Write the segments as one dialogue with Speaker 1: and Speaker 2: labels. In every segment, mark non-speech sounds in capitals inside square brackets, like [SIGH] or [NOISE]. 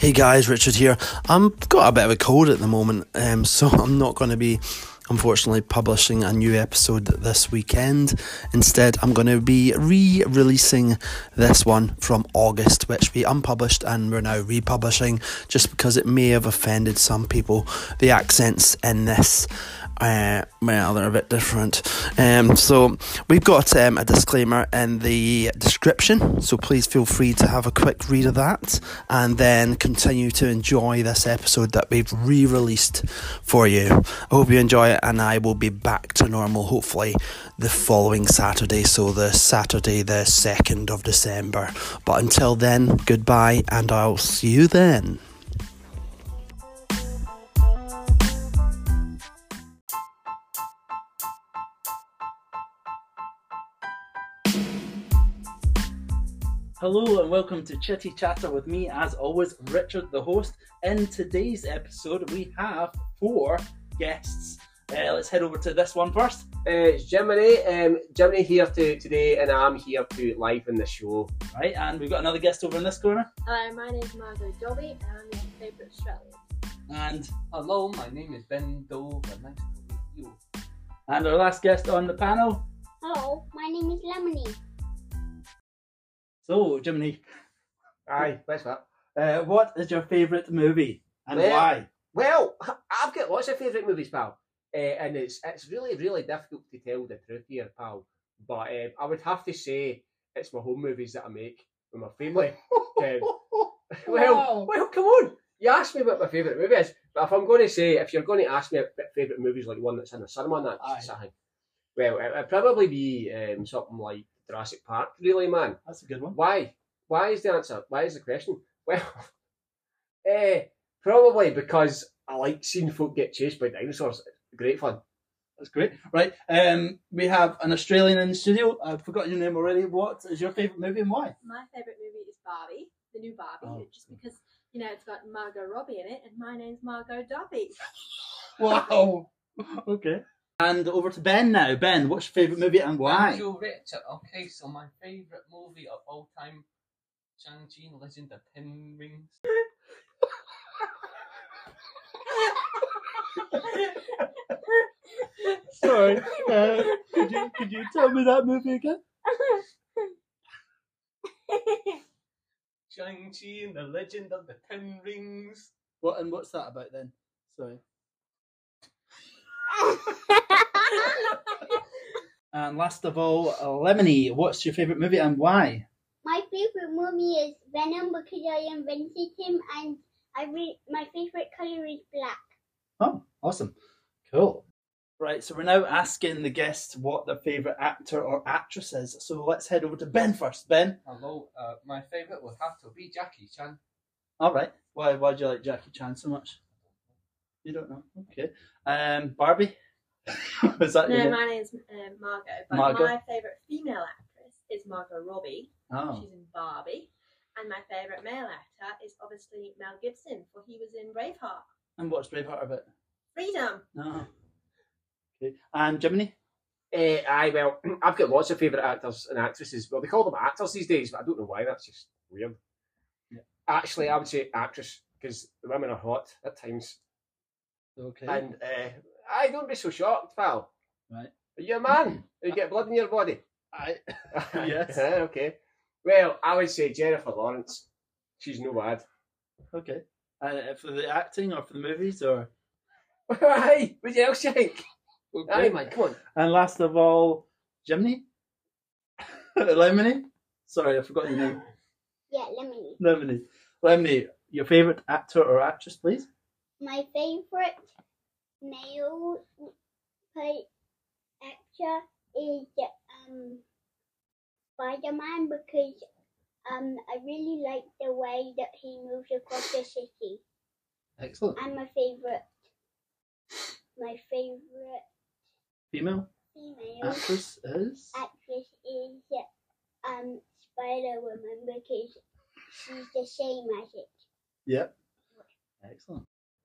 Speaker 1: Hey guys, Richard here. I've got a bit of a cold at the moment, um, [LAUGHS] so I'm not going to be, unfortunately, publishing a new episode this weekend. Instead, I'm going to be re releasing this one from August, which we unpublished and we're now republishing just because it may have offended some people. The accents in this. Uh, well, they're a bit different. Um, so we've got um, a disclaimer in the description, so please feel free to have a quick read of that and then continue to enjoy this episode that we've re released for you. I hope you enjoy it, and I will be back to normal hopefully the following Saturday, so the Saturday, the 2nd of December. But until then, goodbye, and I'll see you then.
Speaker 2: Hello and welcome to Chitty Chatter with me, as always, Richard the host. In today's episode, we have four guests. Uh, let's head over to this one first.
Speaker 3: Uh, it's Gemini. Um, Gemini here to today, and I'm here to liven the show.
Speaker 2: Right, and we've got another guest over in this corner.
Speaker 4: Hello, my name is Margot Dobby, and I'm your favourite Australian.
Speaker 2: And
Speaker 5: Hello, my name is Ben Dover. Nice to meet you.
Speaker 2: and our last guest on the panel.
Speaker 6: Hello, my name is Lemony.
Speaker 2: So, Jiminy,
Speaker 3: Aye, that's that.
Speaker 2: uh, what is your favourite movie and
Speaker 3: Well-
Speaker 2: why?
Speaker 3: Well, [LAUGHS] I've got lots of favourite movies, pal, uh, and it's it's really really difficult to tell the truth here, pal. But um, I would have to say it's my home movies that I make with my [LAUGHS] family. Um, well, well, come on. You asked me what my favourite movie is, but if I'm going to say, if you're going to ask me about favourite movies like one that's in the cinema, and
Speaker 2: Aye.
Speaker 3: that's something. Well, it, it'd probably be um, something like Jurassic Park, really, man.
Speaker 2: That's a good one.
Speaker 3: Why? Why is the answer? Why is the question? Well, [LAUGHS] eh, probably because I like seeing folk get chased by dinosaurs. Great fun.
Speaker 2: That's great. Right, um, we have an Australian in the studio. I've forgotten your name already. What is your favourite movie and why?
Speaker 4: My favourite movie is Barbie, the new Barbie,
Speaker 2: Oh.
Speaker 4: just because you know it's got Margot Robbie in it, and my name's Margot Dobby.
Speaker 2: Wow. [LAUGHS] okay. And over to Ben now. Ben, what's your favourite movie and why?
Speaker 5: Thank you, Richard. Okay, so my favourite movie of all time, Shang-Chi and the Legend of Ten Rings.
Speaker 2: Sorry.
Speaker 4: [LAUGHS]
Speaker 2: Uh, could you could you tell me that movie again?
Speaker 5: Shang-Chi and the Legend of the Ten Rings.
Speaker 2: What and what's that about then? Sorry. And last of all, uh, Lemony. What's your favourite movie and why?
Speaker 6: [LAUGHS] My favorite movie is Venom because I invented him, and I re- my favorite color is black.
Speaker 2: Oh, awesome, cool. Right, so we're now asking the guests what their favourite actor or actress is. So let's head over to Ben first. Ben,
Speaker 5: Hello, uh, my favourite would have to be Jackie Chan.
Speaker 2: all right. Why why do you like Jackie Chan so much? You don't know. Okay. Um, Barbie. [LAUGHS] Is that your
Speaker 4: no,
Speaker 2: name?
Speaker 4: my name's um, Margot, but
Speaker 2: Margot.
Speaker 4: my favourite female actress is Margot Robbie.
Speaker 2: Oh,
Speaker 4: She's in Barbie. And my favourite male actor is obviously Mel Gibson, for he was in Braveheart.
Speaker 2: and what's Braveheart about?
Speaker 4: Freedom!
Speaker 2: No. Uh-huh. Okay. And Gemini.
Speaker 3: Eh, aye, well, [CLEARS THROAT] I've got lots of favourite actors and actresses. Well, they call them actors these days, but I don't know why. That's just weird.
Speaker 2: Yeah.
Speaker 3: Actually, I would say actress because the women are hot at times.
Speaker 2: Okay.
Speaker 3: And uh, I don't be so shocked, pal.
Speaker 2: Right.
Speaker 3: Are you a
Speaker 5: [LAUGHS]
Speaker 3: man? you get blood in your body?
Speaker 2: I Yes.
Speaker 3: [LAUGHS] yes. okay. Well, I would say Jennifer Lawrence. She's no bad. [LAUGHS]
Speaker 2: okay. And uh, for the acting or for the movies or
Speaker 3: Aye, what else you think? Aye,
Speaker 2: okay.
Speaker 3: man, come on.
Speaker 2: and last of all, Jiminy, [LAUGHS] Lemony. Sorry, I forgot your name.
Speaker 6: Yeah, lemony.
Speaker 2: Lemony, Lemony. Your favorite actor or actress, please.
Speaker 6: My favorite male play actor is um Spider Man because um I really like the way that he moves across the city.
Speaker 2: Excellent.
Speaker 6: And my favorite, my favorite
Speaker 2: Female
Speaker 6: female
Speaker 2: actress is
Speaker 6: actress is um Spider Woman because she's the same as it.
Speaker 2: Yep. Excellent.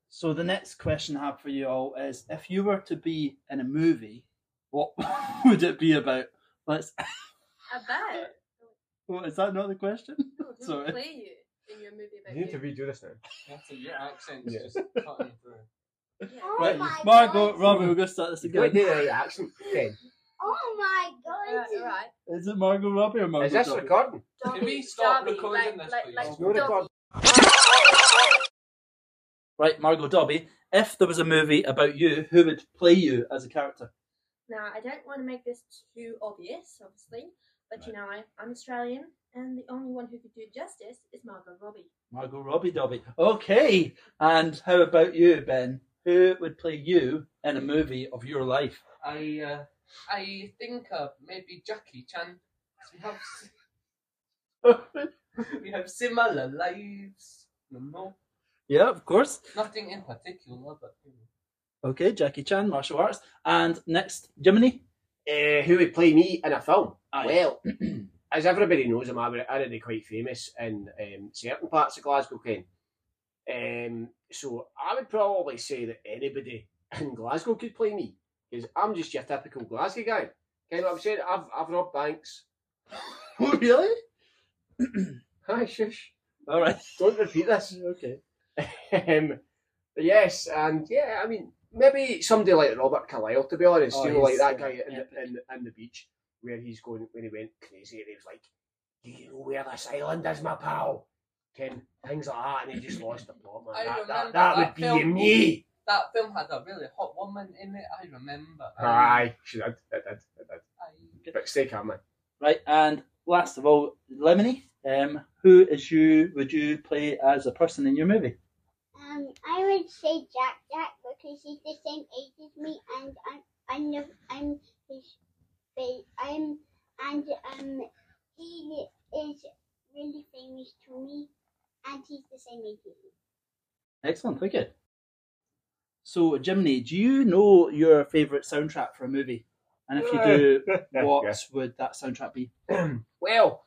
Speaker 2: So the next question I have for you all is: If you were to be in a movie, what [LAUGHS] would it be about? Let's.
Speaker 4: About? [LAUGHS]
Speaker 2: What, is that not the question? Sorry.
Speaker 4: Clear you. in your movie about
Speaker 3: You need to redo this now.
Speaker 5: That's it, your accent's
Speaker 3: Yeah.
Speaker 5: just cutting through.
Speaker 4: Yeah.
Speaker 6: Oh
Speaker 2: Right,
Speaker 6: my
Speaker 2: Margot,
Speaker 6: god.
Speaker 2: Robbie, we're going to start this
Speaker 3: You gotta
Speaker 2: again.
Speaker 3: do the right accent. Okay.
Speaker 6: Oh my god.
Speaker 4: Right,
Speaker 6: [LAUGHS]
Speaker 4: right.
Speaker 2: Is it Margot Robbie or Margot
Speaker 3: Is this
Speaker 2: Robbie?
Speaker 3: recording?
Speaker 5: Can we
Speaker 4: Dobby,
Speaker 5: stop
Speaker 4: Dobby,
Speaker 5: recording
Speaker 4: like,
Speaker 5: this,
Speaker 4: like,
Speaker 5: please?
Speaker 4: like
Speaker 3: It's no
Speaker 4: Dobby.
Speaker 3: recording.
Speaker 2: Right, Margot Dobby. If there was a movie about you, who would play you as a character?
Speaker 4: Now, I don't want to make this too obvious, obviously, but you know, I, I'm Australian, and the only one who could do justice is Margot Robbie.
Speaker 2: Margot Robbie Dobby. Okay. And how about you, Ben? Who would play you in a movie of your life?
Speaker 5: I uh, I think of maybe Jackie Chan. 'cause We have s-
Speaker 3: [LAUGHS]
Speaker 5: we have similar lives. No, no,
Speaker 2: yeah, of course.
Speaker 5: nothing in particular, but you know.
Speaker 2: Okay, Jackie Chan, martial arts. And next, [LAUGHS] Jiminy.
Speaker 3: Uh, who would play me in a film?
Speaker 2: Aye.
Speaker 3: Well, [CLEARS THROAT] as everybody knows, I'm already quite famous in um, certain parts of Glasgow, Ken. Um, so I would probably say that anybody [LAUGHS] in Glasgow could play me because I'm just your typical Glasgow guy. Ken, what I'm saying? I've, I've robbed banks. [LAUGHS]
Speaker 2: Oh, really?
Speaker 3: Hi, shush.
Speaker 2: All right.
Speaker 3: Don't repeat
Speaker 2: [LAUGHS]
Speaker 3: this. [LAUGHS]
Speaker 2: Okay.
Speaker 3: um, but yes, and yeah, I mean, maybe somebody like Robert Carlyle, to be honest,
Speaker 2: Oh,
Speaker 3: you know, like
Speaker 2: he's,
Speaker 3: that
Speaker 2: uh,
Speaker 3: guy in, the, in, the- in the beach where he's going when he went crazy and he was like, "Do you know where this island is, my pal?" Ken, things like that, and he just lost the plot. Man.
Speaker 5: I
Speaker 3: That,
Speaker 5: remember
Speaker 3: that, that
Speaker 5: that
Speaker 3: would be
Speaker 5: film.
Speaker 3: me.
Speaker 5: that film had a really hot woman in it. I remember.
Speaker 2: Oh.
Speaker 5: Um,
Speaker 3: Aye, she did. It did. It did.
Speaker 5: I-
Speaker 3: But stay calm, man.
Speaker 2: Right. And last of all, Lemony. Um, who is you? Would you play as a person in your movie?
Speaker 6: Um, I would say Jack Jack because he's the same age as me, and I'm I'm the, I'm his fa- I'm and um he is really famous to me, and he's the same age as me.
Speaker 2: Excellent. Thank you. So, Jiminy, do you know your favourite soundtrack for a movie? And
Speaker 3: Uh,
Speaker 2: if you do, [LAUGHS] what would that soundtrack be?
Speaker 3: well,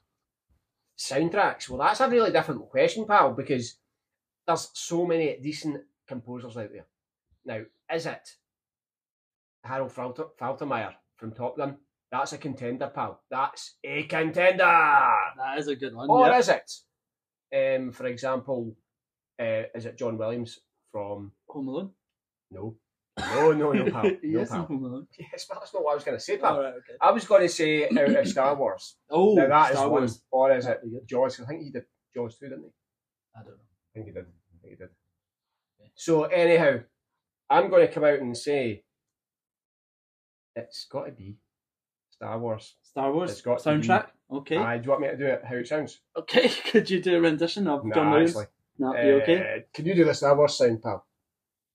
Speaker 3: soundtracks. Well, that's a really difficult question, pal, because there's so many decent composers out there. Now, is it Harold Falter- Faltermeyer from Top Gun? That's a contender, pal. That's a contender.
Speaker 2: That is a good one.
Speaker 3: Or
Speaker 2: yeah.
Speaker 3: is it? Um, for example, uh, is it John Williams from?
Speaker 2: Home Alone.
Speaker 3: No, no, no, Oh,
Speaker 2: [LAUGHS]
Speaker 3: no, pal. No,
Speaker 2: yes, in
Speaker 3: pal.
Speaker 2: Home Alone.
Speaker 3: Yes, but that's not what I was going to say, pal.
Speaker 2: All right, okay.
Speaker 3: I was going to say out of Star Wars.
Speaker 2: Oh,
Speaker 3: Now that is
Speaker 2: Star
Speaker 3: one.
Speaker 2: Wars.
Speaker 3: Or is it
Speaker 2: That'd be good.
Speaker 3: Jaws? I think he did Jaws too, didn't he?
Speaker 2: I don't know.
Speaker 3: I think he did. I think he did. So anyhow, I'm going to come out and say it's got to be Star Wars.
Speaker 2: Star Wars
Speaker 3: It's got to
Speaker 2: soundtrack. Okay.
Speaker 3: Aye, do you want me to do it how it sounds?
Speaker 2: Okay. [LAUGHS] Could you do a rendition of
Speaker 3: Nah,
Speaker 2: John Williams?
Speaker 3: actually.
Speaker 2: No, you okay?
Speaker 3: Uh, can you do the Star Wars sound, pal?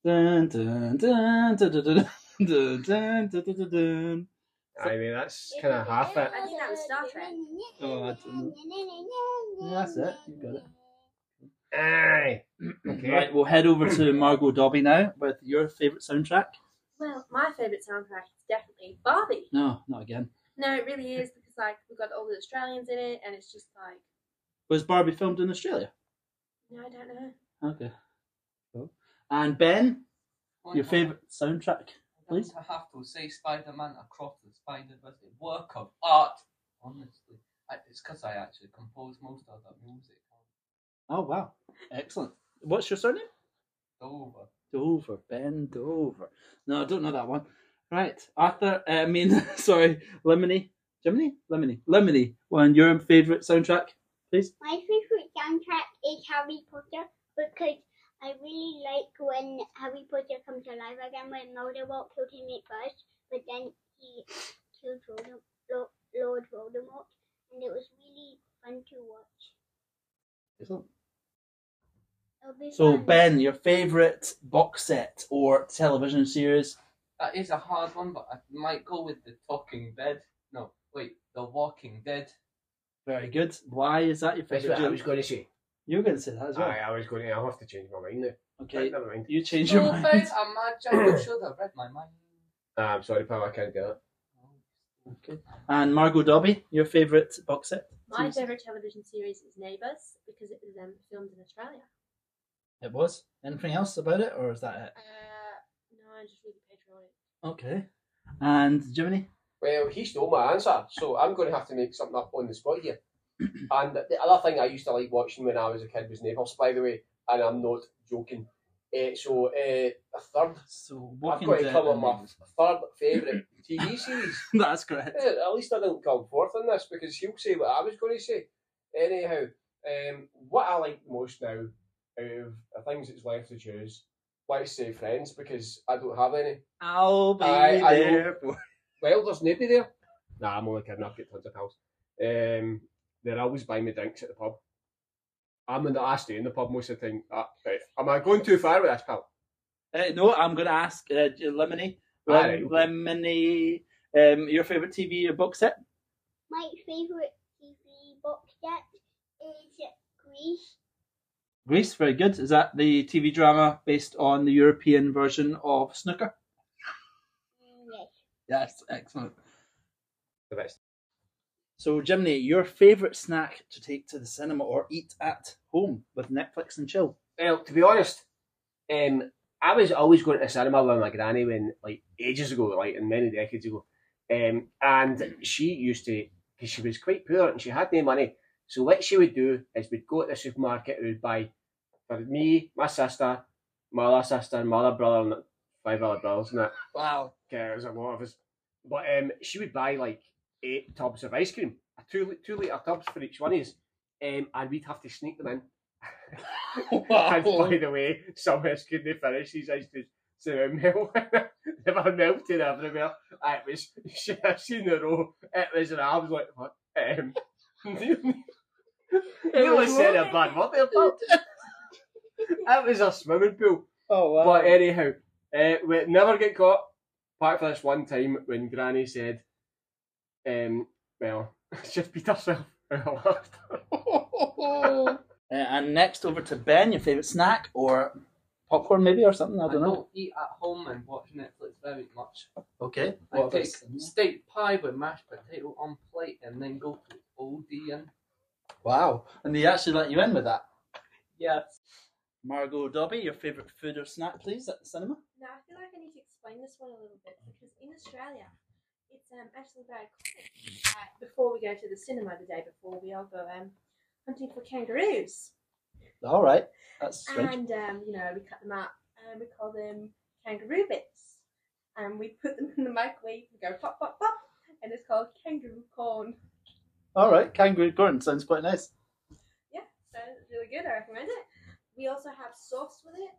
Speaker 2: Dun, dun, dun, dun, dun, dun, dun, dun, dun, dun, dun.
Speaker 3: I mean, that's kind of half it.
Speaker 4: I think that was Star Trek.
Speaker 2: Oh, I don't Yeah, that's it. You got it.
Speaker 3: Aye. Okay.
Speaker 2: Right, we'll head over to Margot Dobby now with your favourite soundtrack.
Speaker 4: Well, my favourite soundtrack is definitely Barbie.
Speaker 2: No, not again.
Speaker 4: No, it really is because like we've got all the Australians in it, and it's just like
Speaker 2: Was Barbie filmed in Australia?
Speaker 4: no, I don't know.
Speaker 2: Okay. Cool. And Ben,
Speaker 5: Well,
Speaker 2: your
Speaker 5: I-
Speaker 2: favourite soundtrack?
Speaker 5: I have
Speaker 2: please?
Speaker 5: to- have to say Spider-Man Across the Spider-Verse, a work of art. Honestly, I, it's because I actually compose most of that music.
Speaker 2: Oh wow, excellent. What's your surname?
Speaker 5: Dover.
Speaker 2: Dover, Ben Dover. No, I don't know that one. Right, Arthur. uh, I mean, [LAUGHS] sorry, Lemony, Jiminy, Lemony, Lemony. One your favourite soundtrack, please.
Speaker 6: My favorite soundtrack is Harry Potter because I really like when Harry Potter comes alive again when Voldemort killed him at first, but then he killed Voldem- Lo- Lord Voldemort, and it was really fun to watch.
Speaker 2: Excellent.
Speaker 6: It'll be
Speaker 2: So
Speaker 6: fun.
Speaker 2: Ben, your favourite box set or television series?
Speaker 5: That is a hard one, but I might go with the Talking Dead. No, wait, the Walking Dead.
Speaker 2: Very good. Why is that your
Speaker 3: That's
Speaker 2: favourite?
Speaker 3: what I
Speaker 2: Jim?
Speaker 3: was going to say.
Speaker 2: You're going to say that as well.
Speaker 3: Aye, I was going to. I'll have to change my mind now.
Speaker 2: Okay,
Speaker 3: Never mind.
Speaker 2: you change your
Speaker 5: Oh,
Speaker 2: mind.
Speaker 5: Ben, imagine you should have read my mind.
Speaker 3: Ah, I'm sorry, pal. I can't do that.
Speaker 2: Okay. And Margot Dobby, your favourite box set?
Speaker 4: My favourite television series is Neighbours because it was um, filmed in Australia.
Speaker 2: It was. Anything else about it, or is that
Speaker 4: Uh, no, I'm just really patriotic.
Speaker 2: it? Okay. And Jiminy?
Speaker 3: Well, he stole my answer, so I'm going to have to make something up on the spot here. and the other thing I used to like watching when I was a kid was Neighbours, by the way, and I'm not joking. Eh, so uh, a third,
Speaker 2: So
Speaker 3: I've
Speaker 2: Walking
Speaker 3: got to
Speaker 2: Dead
Speaker 3: come up
Speaker 2: and-
Speaker 3: with my third favourite TV [LAUGHS] series.
Speaker 2: [LAUGHS] That's correct.
Speaker 3: Eh, At least I didn't come forth on this because he'll say what I was going to say. Anyhow, um, what I like most now out of the things that's left to choose, let's say Friends because I don't have any.
Speaker 2: I'll be
Speaker 3: I- I
Speaker 2: there for. [LAUGHS]
Speaker 3: Well, there's nobody there. Nah, I'm only kidding. I've got tons of pals. Um, they're always buying me drinks at the pub. I'm in the last day in the pub most of the time. Ah, right. Am I going too far with this, pal?
Speaker 2: Uh, no, I'm going to ask uh, Lemony. Lem-
Speaker 3: Aye, okay.
Speaker 2: Lemony, um, your favourite TV or book set?
Speaker 6: My favourite TV box set is Grease.
Speaker 2: Greece, very good. Is that the TV drama based on the European version of Snooker?
Speaker 6: Yes.
Speaker 2: Yes, excellent.
Speaker 3: The best.
Speaker 2: So, Jimmy, your favourite snack to take to the cinema or eat at home with Netflix and chill?
Speaker 3: Well, to be honest, um, I was always going to the cinema with my granny when, like, ages ago, like, and many decades ago. Um, and she used to, because she was quite poor and she had no money. So what she would do is we'd go to the supermarket and we'd buy for me, my sister, my other sister, my other brother, and five other brothers, and that.
Speaker 2: [LAUGHS]
Speaker 5: Wow.
Speaker 3: Okay, there's a lot of us. But um, she would buy like eight tubs of ice cream, a two li- two liter tubs for each one of us, um, and we'd have to sneak them in. and by the way, some of us couldn't finish these ice creams, so [LAUGHS] they were melting. they were melting everywhere. It was [LAUGHS] she I've seen the row. It was, and I was like, what? Um, [LAUGHS] Nearly said a bad word there, pal. It was a swimming pool.
Speaker 2: Oh, wow.
Speaker 3: But anyhow, uh, we never get caught, apart from this one time when Granny said, um, well, [LAUGHS] she beat [LAUGHS] herself. out of laughter.
Speaker 2: eh, [LAUGHS] Uh, and next over to Ben, your favourite snack or popcorn maybe or something, I
Speaker 5: I
Speaker 2: don't know.
Speaker 5: don't eat at home and watch Netflix very much.
Speaker 2: Okay.
Speaker 5: I
Speaker 2: What about
Speaker 5: take
Speaker 2: cinema?
Speaker 5: steak pie with mashed potato on plate and then go to Odeon.
Speaker 2: Wow. And they actually let you in with that.
Speaker 5: Yes.
Speaker 2: Margot Dobby, your favourite food or snack, please, at the cinema?
Speaker 4: Now, I feel like I need to explain this one a little bit because in Australia, it's um, actually very common that before we go to the cinema the day before, we all go um, hunting for kangaroos.
Speaker 2: All right. That's strange.
Speaker 4: And, um, you know, we cut them up and we call them kangaroo bits. And we put them [LAUGHS] in the microwave and go pop, pop, pop. And it's called kangaroo corn.
Speaker 2: All right. Kangaroo Gordon sounds quite nice.
Speaker 4: Yeah, so it's really good. I recommend it. We also have sauce with it.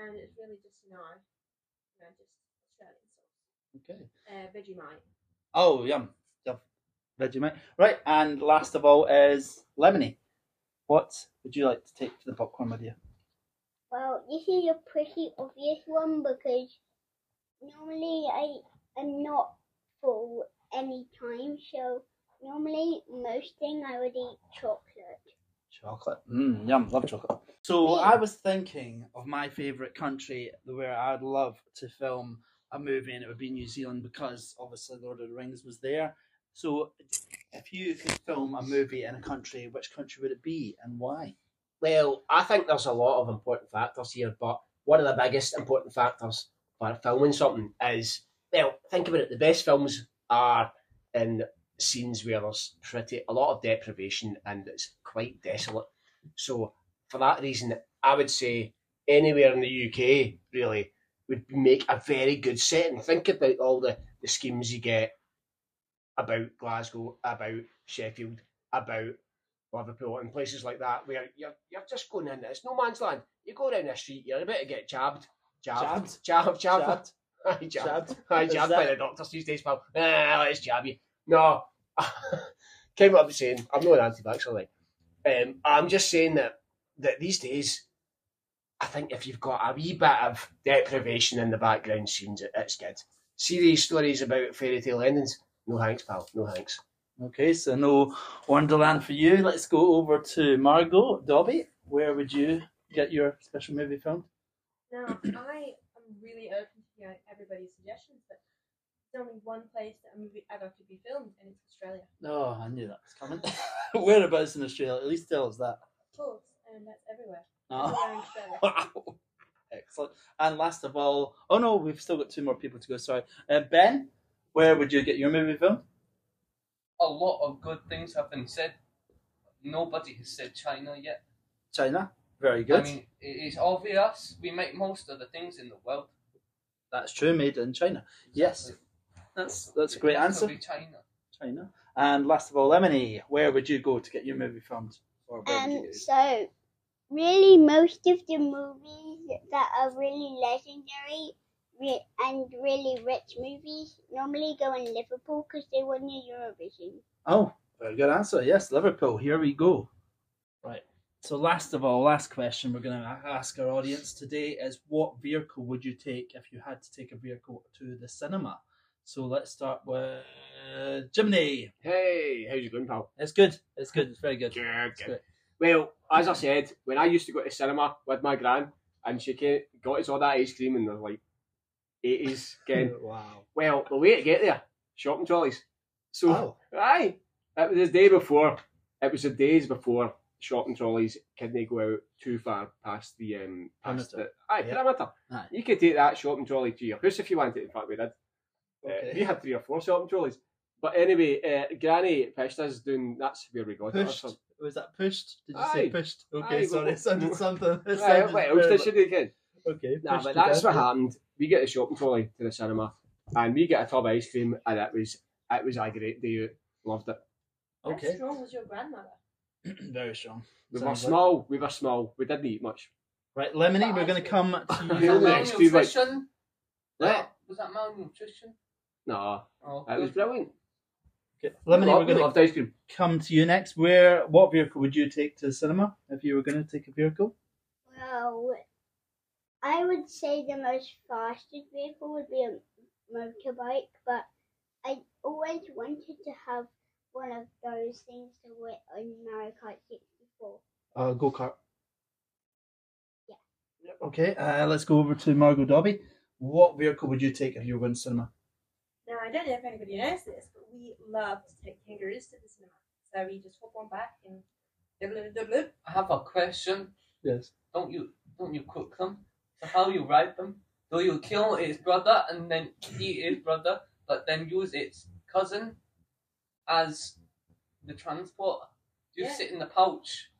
Speaker 4: And it's really just, you know, you know just Australian sauce.
Speaker 2: Okay.
Speaker 4: Uh, Vegemite.
Speaker 2: Oh, yum. Yum. Vegemite. Right. And last of all is Lemony. What would you like to take to the popcorn with you?
Speaker 6: Well, this is a pretty obvious one because normally I am not full any time, so normally most thing I would eat chocolate.
Speaker 2: Chocolate. Mm, yum. Love chocolate. So
Speaker 6: Yeah.
Speaker 2: I was thinking of my favourite country where I'd love to film a movie, and it would be New Zealand because obviously Lord of the Rings was there. So if you could film a movie in a country, which country would it be and why?
Speaker 3: Well, I think there's a lot of important factors here, but one of the biggest important factors for filming something is, well, think about it. The best films are in scenes where there's pretty a lot of deprivation and it's quite desolate. So for that reason, I would say anywhere in the UK really would make a very good setting. Think about all the, the schemes you get about Glasgow, about Sheffield, about Liverpool and places like that where you're you're just going in. It's no man's land. You go down the street, you're about to get jabbed, jabbed,
Speaker 2: Jabbed?
Speaker 3: jabbed, [LAUGHS] jabbed,
Speaker 2: Jabbed.
Speaker 3: Aye, jabbed.
Speaker 2: Jabbed.
Speaker 3: I
Speaker 2: Is
Speaker 3: jab
Speaker 2: that-
Speaker 3: by the doctors these days, pal. Ah, let's jab you. No. [LAUGHS] Came up saying, I'm not an anti vaxxer, like. Um, I'm just saying that, that these days, I think if you've got a wee bit of deprivation in the background scenes, it- it's good. See these stories about fairy tale endings? No thanks, pal. No thanks.
Speaker 2: Okay, so no Wonderland for you. Let's go over to Margot Dobby. Where would you get your special movie filmed?
Speaker 4: Now, I am really open to hearing everybody's suggestions, but there's only one place that a movie ever could be filmed, and it's Australia.
Speaker 2: Oh, I knew that was coming. [LAUGHS] Whereabouts in Australia? At least tell us that.
Speaker 4: Of course, and that's everywhere. Everywhere in
Speaker 2: Oh.
Speaker 4: Australia.
Speaker 2: [LAUGHS] Wow. Excellent. And last of all, oh no, we've still got two more people to go. Sorry, uh, Ben, where would you get your movie film?
Speaker 5: A lot of good things have been said nobody has said China yet.
Speaker 2: China, very good.
Speaker 5: I mean, it is obvious we make most of the things in the world.
Speaker 2: that's true. Made in China. Yes, that's that's a great
Speaker 5: It has to
Speaker 2: answer.
Speaker 5: be China.
Speaker 2: China. And last of all, Lemony, where would you go to get your movie filmed? Or where would you
Speaker 6: Um,
Speaker 2: go?
Speaker 6: so, really, most of the movies that are really legendary re- and really rich movies normally go in Liverpool because they won the Eurovision.
Speaker 2: Oh, very good answer. Yes, Liverpool. Here we go. Right. So, last of all, last question we're going to ask our audience today is what vehicle would you take if you had to take a vehicle to the cinema? So, let's start with Jiminy.
Speaker 3: Hey, how's you going, pal?
Speaker 2: It's good. It's good. It's very good.
Speaker 3: Good,
Speaker 2: It's good.
Speaker 3: Well, as I said, when I used to go to cinema with my gran, and she came, got us all that ice cream in the like eighties
Speaker 2: Hmm.
Speaker 3: again.
Speaker 2: Wow.
Speaker 3: well, the way to get there, shopping trolleys. So
Speaker 2: Oh,
Speaker 3: Aye, it was the day before. It was the days before shopping trolleys couldn't go out too far past the um past
Speaker 2: Perimeter.
Speaker 3: the aye
Speaker 2: Yeah.
Speaker 3: perimeter.
Speaker 2: Aye.
Speaker 3: You could take that shopping trolley to your house if you wanted. In fact, we did. Uh,
Speaker 2: Okay.
Speaker 3: we had three or four shopping trolleys. But anyway, uh, Granny pushed us doing. That's where we got
Speaker 2: pushed.
Speaker 3: it. or something.
Speaker 2: Was that pushed? Did you say
Speaker 3: Aye.
Speaker 2: pushed? Okay,
Speaker 3: Aye,
Speaker 2: sorry.
Speaker 3: well-
Speaker 2: It [LAUGHS] sounded something. It
Speaker 3: Aye,
Speaker 2: sounded
Speaker 3: wait, I was
Speaker 2: very-
Speaker 3: ditching it again.
Speaker 2: Okay.
Speaker 3: Nah,
Speaker 2: pushed
Speaker 3: but
Speaker 2: to
Speaker 3: that's what
Speaker 2: death.
Speaker 3: happened. We get the shopping trolley to the cinema, and we get a tub of ice cream, and it was it was a great day. out. Loved it.
Speaker 4: How
Speaker 2: Okay.
Speaker 4: strong was your grandmother?
Speaker 2: very strong.
Speaker 3: We were
Speaker 2: Sounds like-
Speaker 3: small. We were small. We didn't eat much.
Speaker 2: Right, Lemony, we're going to come
Speaker 3: [LAUGHS]
Speaker 2: to
Speaker 3: Really?
Speaker 2: you.
Speaker 5: Was that
Speaker 3: next two weeks.
Speaker 5: malnutrition?
Speaker 3: Yeah.
Speaker 5: Was that malnutrition?
Speaker 3: Nah,
Speaker 5: Oh,
Speaker 3: it was brilliant.
Speaker 2: Okay, Lemony, we're
Speaker 3: Loved-
Speaker 2: going to
Speaker 3: loved ice cream.
Speaker 2: come to you next. Where, what vehicle would you take to the cinema if you were going to take a vehicle?
Speaker 6: Well, I would say the most fastest vehicle would be a motorbike, but I always wanted to have one of those things to win on Mario Kart 64.
Speaker 2: Uh, Go kart.
Speaker 6: Yeah.
Speaker 2: Okay, uh, let's go over to Margot Dobby. What vehicle would you take if you were going to cinema?
Speaker 4: Now, I don't know if anybody knows this, but we love to take kangaroos to the cinema. So we just hop on back and dibble-dibble-dibble.
Speaker 5: I have a question.
Speaker 2: Yes.
Speaker 5: Don't you don't you cook them? So how you ride them? Do you kill its brother and then eat his brother, but then use its cousin as the transport? You
Speaker 4: Yeah.
Speaker 5: sit in the pouch.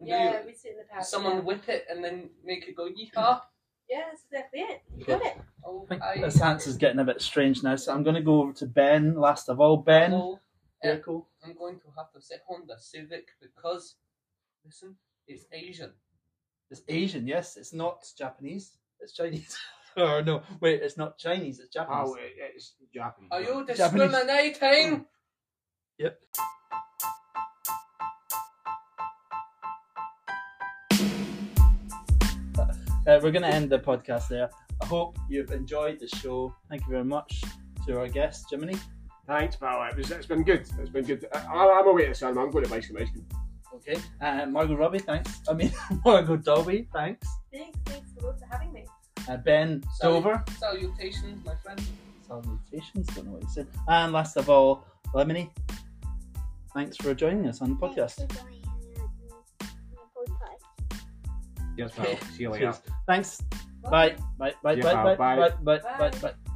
Speaker 5: Do
Speaker 4: Yeah,
Speaker 5: you-
Speaker 4: we sit in the pouch.
Speaker 5: someone
Speaker 4: yeah.
Speaker 5: whip it and then make it go yeehaw?
Speaker 4: yeah, that's exactly it. You got it.
Speaker 5: Oh,
Speaker 2: I
Speaker 5: I-
Speaker 2: think this answer's getting a bit strange now, so I'm going to go over to Ben last of all. Ben,
Speaker 5: Hello. Uh,
Speaker 2: vehicle.
Speaker 5: I'm going to have to say Honda Civic because listen, it's Asian.
Speaker 2: It's Asian, yes. It's not Japanese. It's Chinese. [LAUGHS] or no, wait, it's not Chinese. It's Japanese.
Speaker 3: Oh, it- it's Japanese.
Speaker 5: Are you
Speaker 2: Japanese.
Speaker 5: discriminating?
Speaker 2: Uh, we're going to end the podcast there. I hope you've enjoyed the show. Thank you very much to our guest, Jiminy.
Speaker 3: Thanks, pal. It was, it's been good. It's been good. I, I'm away to cinema. I'm going to buy some ice [LAUGHS] cream.
Speaker 2: Okay. Uh, Margot Robbie, thanks. I mean, [LAUGHS] Margot Dobby, thanks.
Speaker 4: Thanks, thanks for lots for having me.
Speaker 2: Uh, ben
Speaker 5: Sorry.
Speaker 2: Dover.
Speaker 5: Salutations, my friend.
Speaker 2: Salutations, don't know what you said. And last of all, Lemony. Thanks for joining us on the podcast.
Speaker 6: Thanks for joining the- the podcast.
Speaker 3: Yes,
Speaker 5: pal.
Speaker 3: See you
Speaker 2: Cheers. Thanks. Bye. Bye. Bye.
Speaker 3: Yeah,
Speaker 2: Bye.
Speaker 3: pal.
Speaker 2: Bye. Bye.
Speaker 3: Bye.
Speaker 2: Bye. Bye. Bye.